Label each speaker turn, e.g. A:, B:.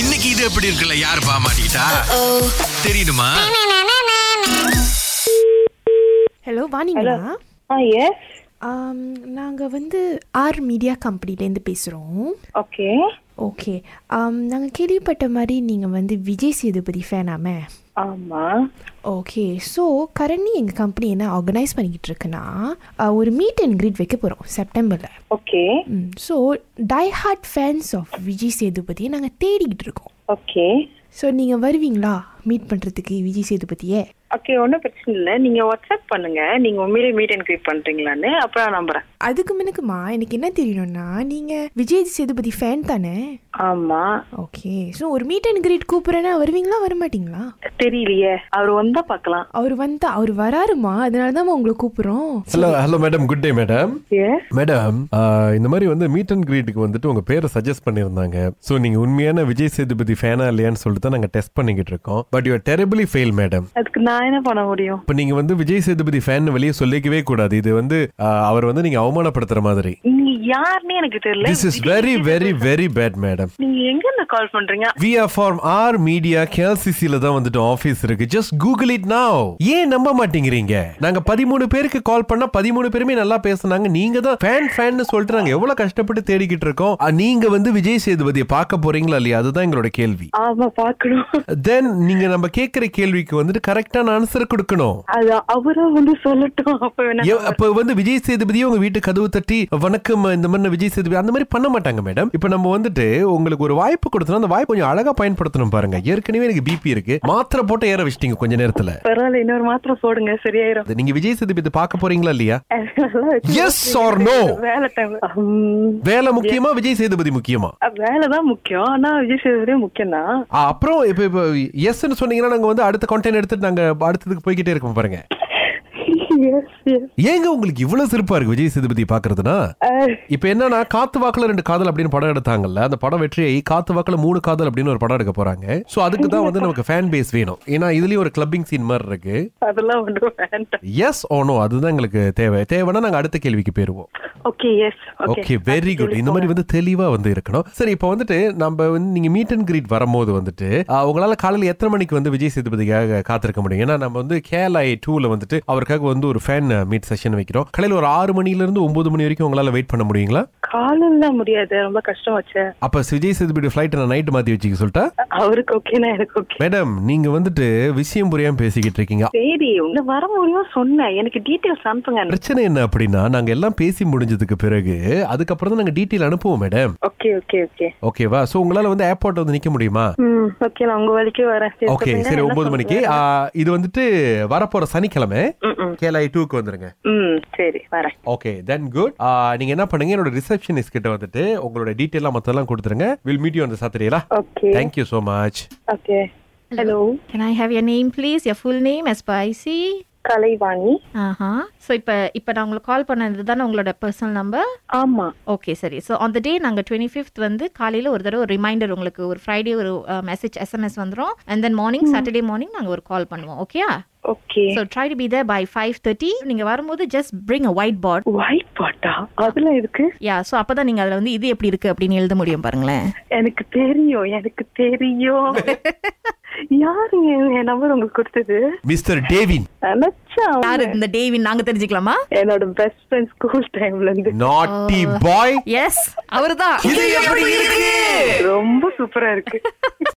A: இன்னைக்கு இது எப்படி இருக்குல்ல யார் பாமாட்டா தெரியுமா
B: ஹலோ வாணிங்களா
C: ஆ எஸ்
B: ஆம், நாங்க வந்து ஆர் மீடியா கம்பெனிலேருந்து பேசுறோம்
C: ஓகே
B: ஓகே ஆம், நாங்க கேள்விப்பட்ட மாதிரி நீங்க வந்து விஜய் சேதுபதி ஃபேனாமே
C: ஆமா
B: ஓகே ஸோ கரண்ட்லி எங்கள் கம்பெனி என்ன ஆர்கனைஸ் பண்ணிக்கிட்டு இருக்குன்னா அஹ், ஒரு மீட் அண்ட் கிரீட் வைக்க போகிறோம் செப்டம்பரில்
C: okay
B: so die hard fans of Vijay சேதுபதியை நாங்கள் தேடிக்கிட்டு இருக்கோம்
C: ஓகே
B: ஸோ நீங்கள் வருவீங்களா மீட் பண்ணுறதுக்கு விஜய் சேதுபதியை
C: ஓகே ஒன்றும் பிரச்சனை இல்லை நீங்கள் வாட்ஸ்அப் பண்ணுங்க நீங்கள் உண்மையிலே மீட் அண்ட் கிரீட் பண்ணுறீங்களான்னு அப்புறம் நான் நம்புகிறேன்
B: அதுக்கு முன்னுக்குமா எனக்கு என்ன தெரியணும்னா நீங்கள் விஜய் சேதுபதி ஃபேன் தானே
C: ஆமாம்
B: ஓகே ஸோ ஒரு மீட் அண்ட் கிரீட் கூப்பிட்றேன்னா வருவீங்களா வரமாட்டீங்களா
C: தெரியலையே அவர் வந்தால் பார்க்கலாம்
B: அவர் வந்தா அவர் வராருமா அதனால தான் உங்களை கூப்பிட்றோம்
D: hello hello madam good day madam
C: yes
D: madam இந்த மாதிரி வந்து மீட் அண்ட் கிரீட்டுக்கு வந்துட்டு உங்க பேரை சஜஸ்ட் பண்ணியிருந்தாங்க ஸோ நீங்க உண்மையான விஜய் சேதுபதி ஃபேனா இல்லையான்னு சொல்லிட்டு தான் நாங்கள் டெஸ்ட் பண்ணிக்கிட்டு இருக்கோம் but you terribly fail madam
C: அதுக்கு நான் என்ன பண்ண முடியும்
D: இப்போ நீங்க வந்து விஜய் சேதுபதி ஃபேன் வெளியே சொல்லிக்கவே கூடாது இது வந்து ஆஹ், அவர் வந்து நீங்க அவமானப்படுத்துற மாதிரி
C: நீங்க யாருன்னு எனக்கு தெரியல
D: this is very very very bad madam
C: நீங்க எங்க இருந்து கால் பண்றீங்க
D: we are form R media கேஎல்சிசில தான் வந்துட்டு ஆஃபீஸ் இருக்கு ஜஸ்ட் கூகுள் இட் now ஏன் நம்ப மாட்டேங்கிறீங்க நாங்க பதிமூணு பேருக்கு கால் பண்ணா பதிமூணு பேருமே நல்லா பேசுனாங்க நீங்க தான் ஃபேன் ஃபேன்னு சொல்லிட்டு நாங்க எவ்வளவு கஷ்டப்பட்டு தேடிக்கிட்டு இருக்கோம் அஹ், நீங்க வந்து விஜய் சேதுபதியை பார்க்க போறீங்களா இல்லையா அதுதான் எங்களோட கேள்வி
C: ஆமா பார்க்கணும்
D: தென் நீங்க நம்ம கேட்கிற கேள்விக்கு வந்துட்டு கரெக்டான ஆன்சர் கொடுக்கணும்
C: அது அவரா வந்து சொல்லட்டும் அப்ப வேணா
D: ஏ- அப்ப வந்து விஜய் சேதுபதியே உங்க வீட்டு கதவு தட்டி வணக்கம் இந்த மாதிரி நான் விஜய் சேதுபதி அந்த மாதிரி பண்ண மாட்டாங்க மேடம் இப்ப நம்ம வந்துட்டு உங்களுக்கு ஒரு வாய்ப்பு கொடுத்தோம் அந்த வாய்ப்பு கொஞ்சம் அழகா பயன்படுத்தணும் பாருங்க ஏற்கனவே எனக்கு பிபி இருக்கு மாத்திரை போட்டு ஏற வச்சிட்டீங்க கொஞ்ச நேரத்துல
C: பரவாயில்ல இன்னொரு மாத்திரம் போடுங்க சரியாயிரும்
D: அது நீங்க விஜய் சேதுபதி பார்க்க போறீங்களா இல்லையா
C: நல்லா வச்சு
D: Yes or no?
C: வேலை டைம் உம்,
D: வேலை முக்கியமா விஜய் சேதுபதி முக்கியமா
C: வேலை தான் முக்கியம் ஆனா விஜய் சேதுபதி முக்கியம் தான்
D: ஆ, அப்புறம் இப்ப இப்ப எஸ்ன்னு சொன்னீங்கன்னா நாங்க வந்து அடுத்த கண்டென்ட் எடுத்துட்டு நாங்க அடுத்ததுக்கு போய்கிட்டே இருக்கோம் பாருங்க
C: எஸ் எஸ்
D: ஏங்க உங்களுக்கு இவ்வளவு சிறப்பா இருக்கு விஜய் சேதுபதி பாக்குறதுனா இப்ப என்னன்னா காத்து வாக்குல ரெண்டு காதல் அப்படின்னு படம் எடுத்தாங்கல்ல அந்த படம் வெற்றியை காத்து வாக்குல மூணு காதல் அப்படின்னு ஒரு படம் எடுக்க போறாங்க சோ அதுக்கு தான் வந்து நமக்கு ஃபேன் பேஸ் வேணும் ஏன்னா இதுலயும் ஒரு கிளப்பிங் சீன் மாதிரி இருக்கு
C: அதெல்லாம் ஒன்றும் வேண்டாம்
D: எஸ் ஓனோ அதுதான் எங்களுக்கு தேவை தேவைன்னா நாங்க அடுத்த கேள்விக்கு போயிருவோம்
C: okay yes
D: okay very good இந்த மாதிரி வந்து தெளிவா வந்து இருக்கணும் சரி இப்போ வந்துட்டு நம்ம வந்து நீங்க மீட் அண்ட் கிரீட் வரும்போது வந்துட்டு ஆஹ், உங்களால காலையில எத்தனை மணிக்கு வந்து விஜய் சேதுபதிக்காக காத்திருக்க முடியும் ஏன்னா நம்ம வந்து கேஎல்ஐ டூல வந்துட்டு அவருக்காக வந்து ஒரு ஃபேன் மீட் செஷன் வைக்கிறோம் காலையில ஒரு ஆறு மணில இருந்து ஒன்பது மணி வரைக்கும் உங்களால வெயிட் பண்ண முடியுங்களா
C: காலம் தான் முடியாது ரொம்ப கஷ்டம் வச்சு
D: அப்ப விஜய் சேதுபதி ஃபிளைட் நான் நைட் மாத்தி வச்சுக்க சொல்லிட்டா
C: அவருக்கு ஓகேனா எனக்கு ஓகே
D: மேடம் நீங்க வந்துட்டு விஷயம் புரியாம பேசிக்கிட்டு இருக்கீங்க
C: சரி உங்க வர முடியும் சொன்னேன் எனக்கு டீட்டெயில்ஸ் அனுப்புங்க
D: பிரச்சனை என்ன அப்படின்னா நாங்க எல்லாம் பேசி முடிஞ்சதுக்கு பிறகு அதுக்கப்புறம் தான் நாங்க டீட்டெயில் அனுப்புவோம் மேடம்
C: ஓகே ஓகே ஓகே
D: ஓகேவா சோ உங்களால வந்து ஏர்போர்ட் வந்து நிக்க முடியுமா
C: ம் ஓகே நான் உங்க வரைக்கும் வரேன் சரி,
D: ஓகே
C: சொல்லுங்க,
D: சரி
C: என்ன
D: ஒன்பது மணிக்கு
C: சொல்றீங்க?
D: ஆ, இது வந்துட்டு வரப்போற சனிக்கிழமை கேலாய் டூக்கு வந்துருங்க
C: ம் சரி வரேன்
D: ஓகே தென் குட் நீங்க என்ன பண்ணுங்க என்னோட ரிசப்ஷனிஸ்ட் கிட்ட வந்துட்டு உங்களோட டீட்டெயிலாம் மத்தெல்லாம் கொடுத்துருங்க வில் மீட் யூ அந்த சாத்திரீங்களா
C: okay
D: thank you so much
C: okay hello
E: Can I have your name, please? Your full name as per Uh-huh. IC?
C: Kalaivani
E: ஆஹா ஸோ இப்போ இப்போ நான் உங்களுக்கு கால் பண்ணது தானே உங்களோட பர்சனல் நம்பர்
C: ஆமா
E: ஓகே சரி ஸோ அந்த டே நாங்கள் டுவெண்ட்டி ஃபிஃப்த் வந்து காலையில் ஒரு தடவை ஒரு ரிமைண்டர் உங்களுக்கு ஒரு ஃப்ரைடே ஒரு மெசேஜ் எஸ்எம்எஸ் வந்துடும் and then morning Saturday morning நாங்கள் ஒரு கால் பண்ணுவோம் ஓகேயா
C: okay
E: so try to be there by five thirty நீங்கள் வரும்போது just bring a white board
C: white பாட்டா அதெல்லாம் இருக்கு
E: யா ஸோ அப்போ தான் நீங்கள் அதில் வந்து இது எப்படி இருக்குது அப்படின்னு எழுத முடியும் பாருங்களேன்
C: எனக்கு தெரியும் எனக்கு தெரியும் யாருங்க என் நம்பர் உங்களுக்கு கொடுத்தது
D: மிஸ்டர் டேவின்
C: நினைச்சா
E: யார் இந்த டேவின் நாங்கள் தெரிஞ்சுக்கலாமா
C: என்னோட பெஸ்ட் ஃப்ரெண்ட் ஸ்கூல் டைம்ல இருந்து
D: நாட்டி பாய்
E: எஸ் அவர் தான்
D: இது எப்படி இருக்கு
C: ரொம்ப சூப்பரா இருக்கு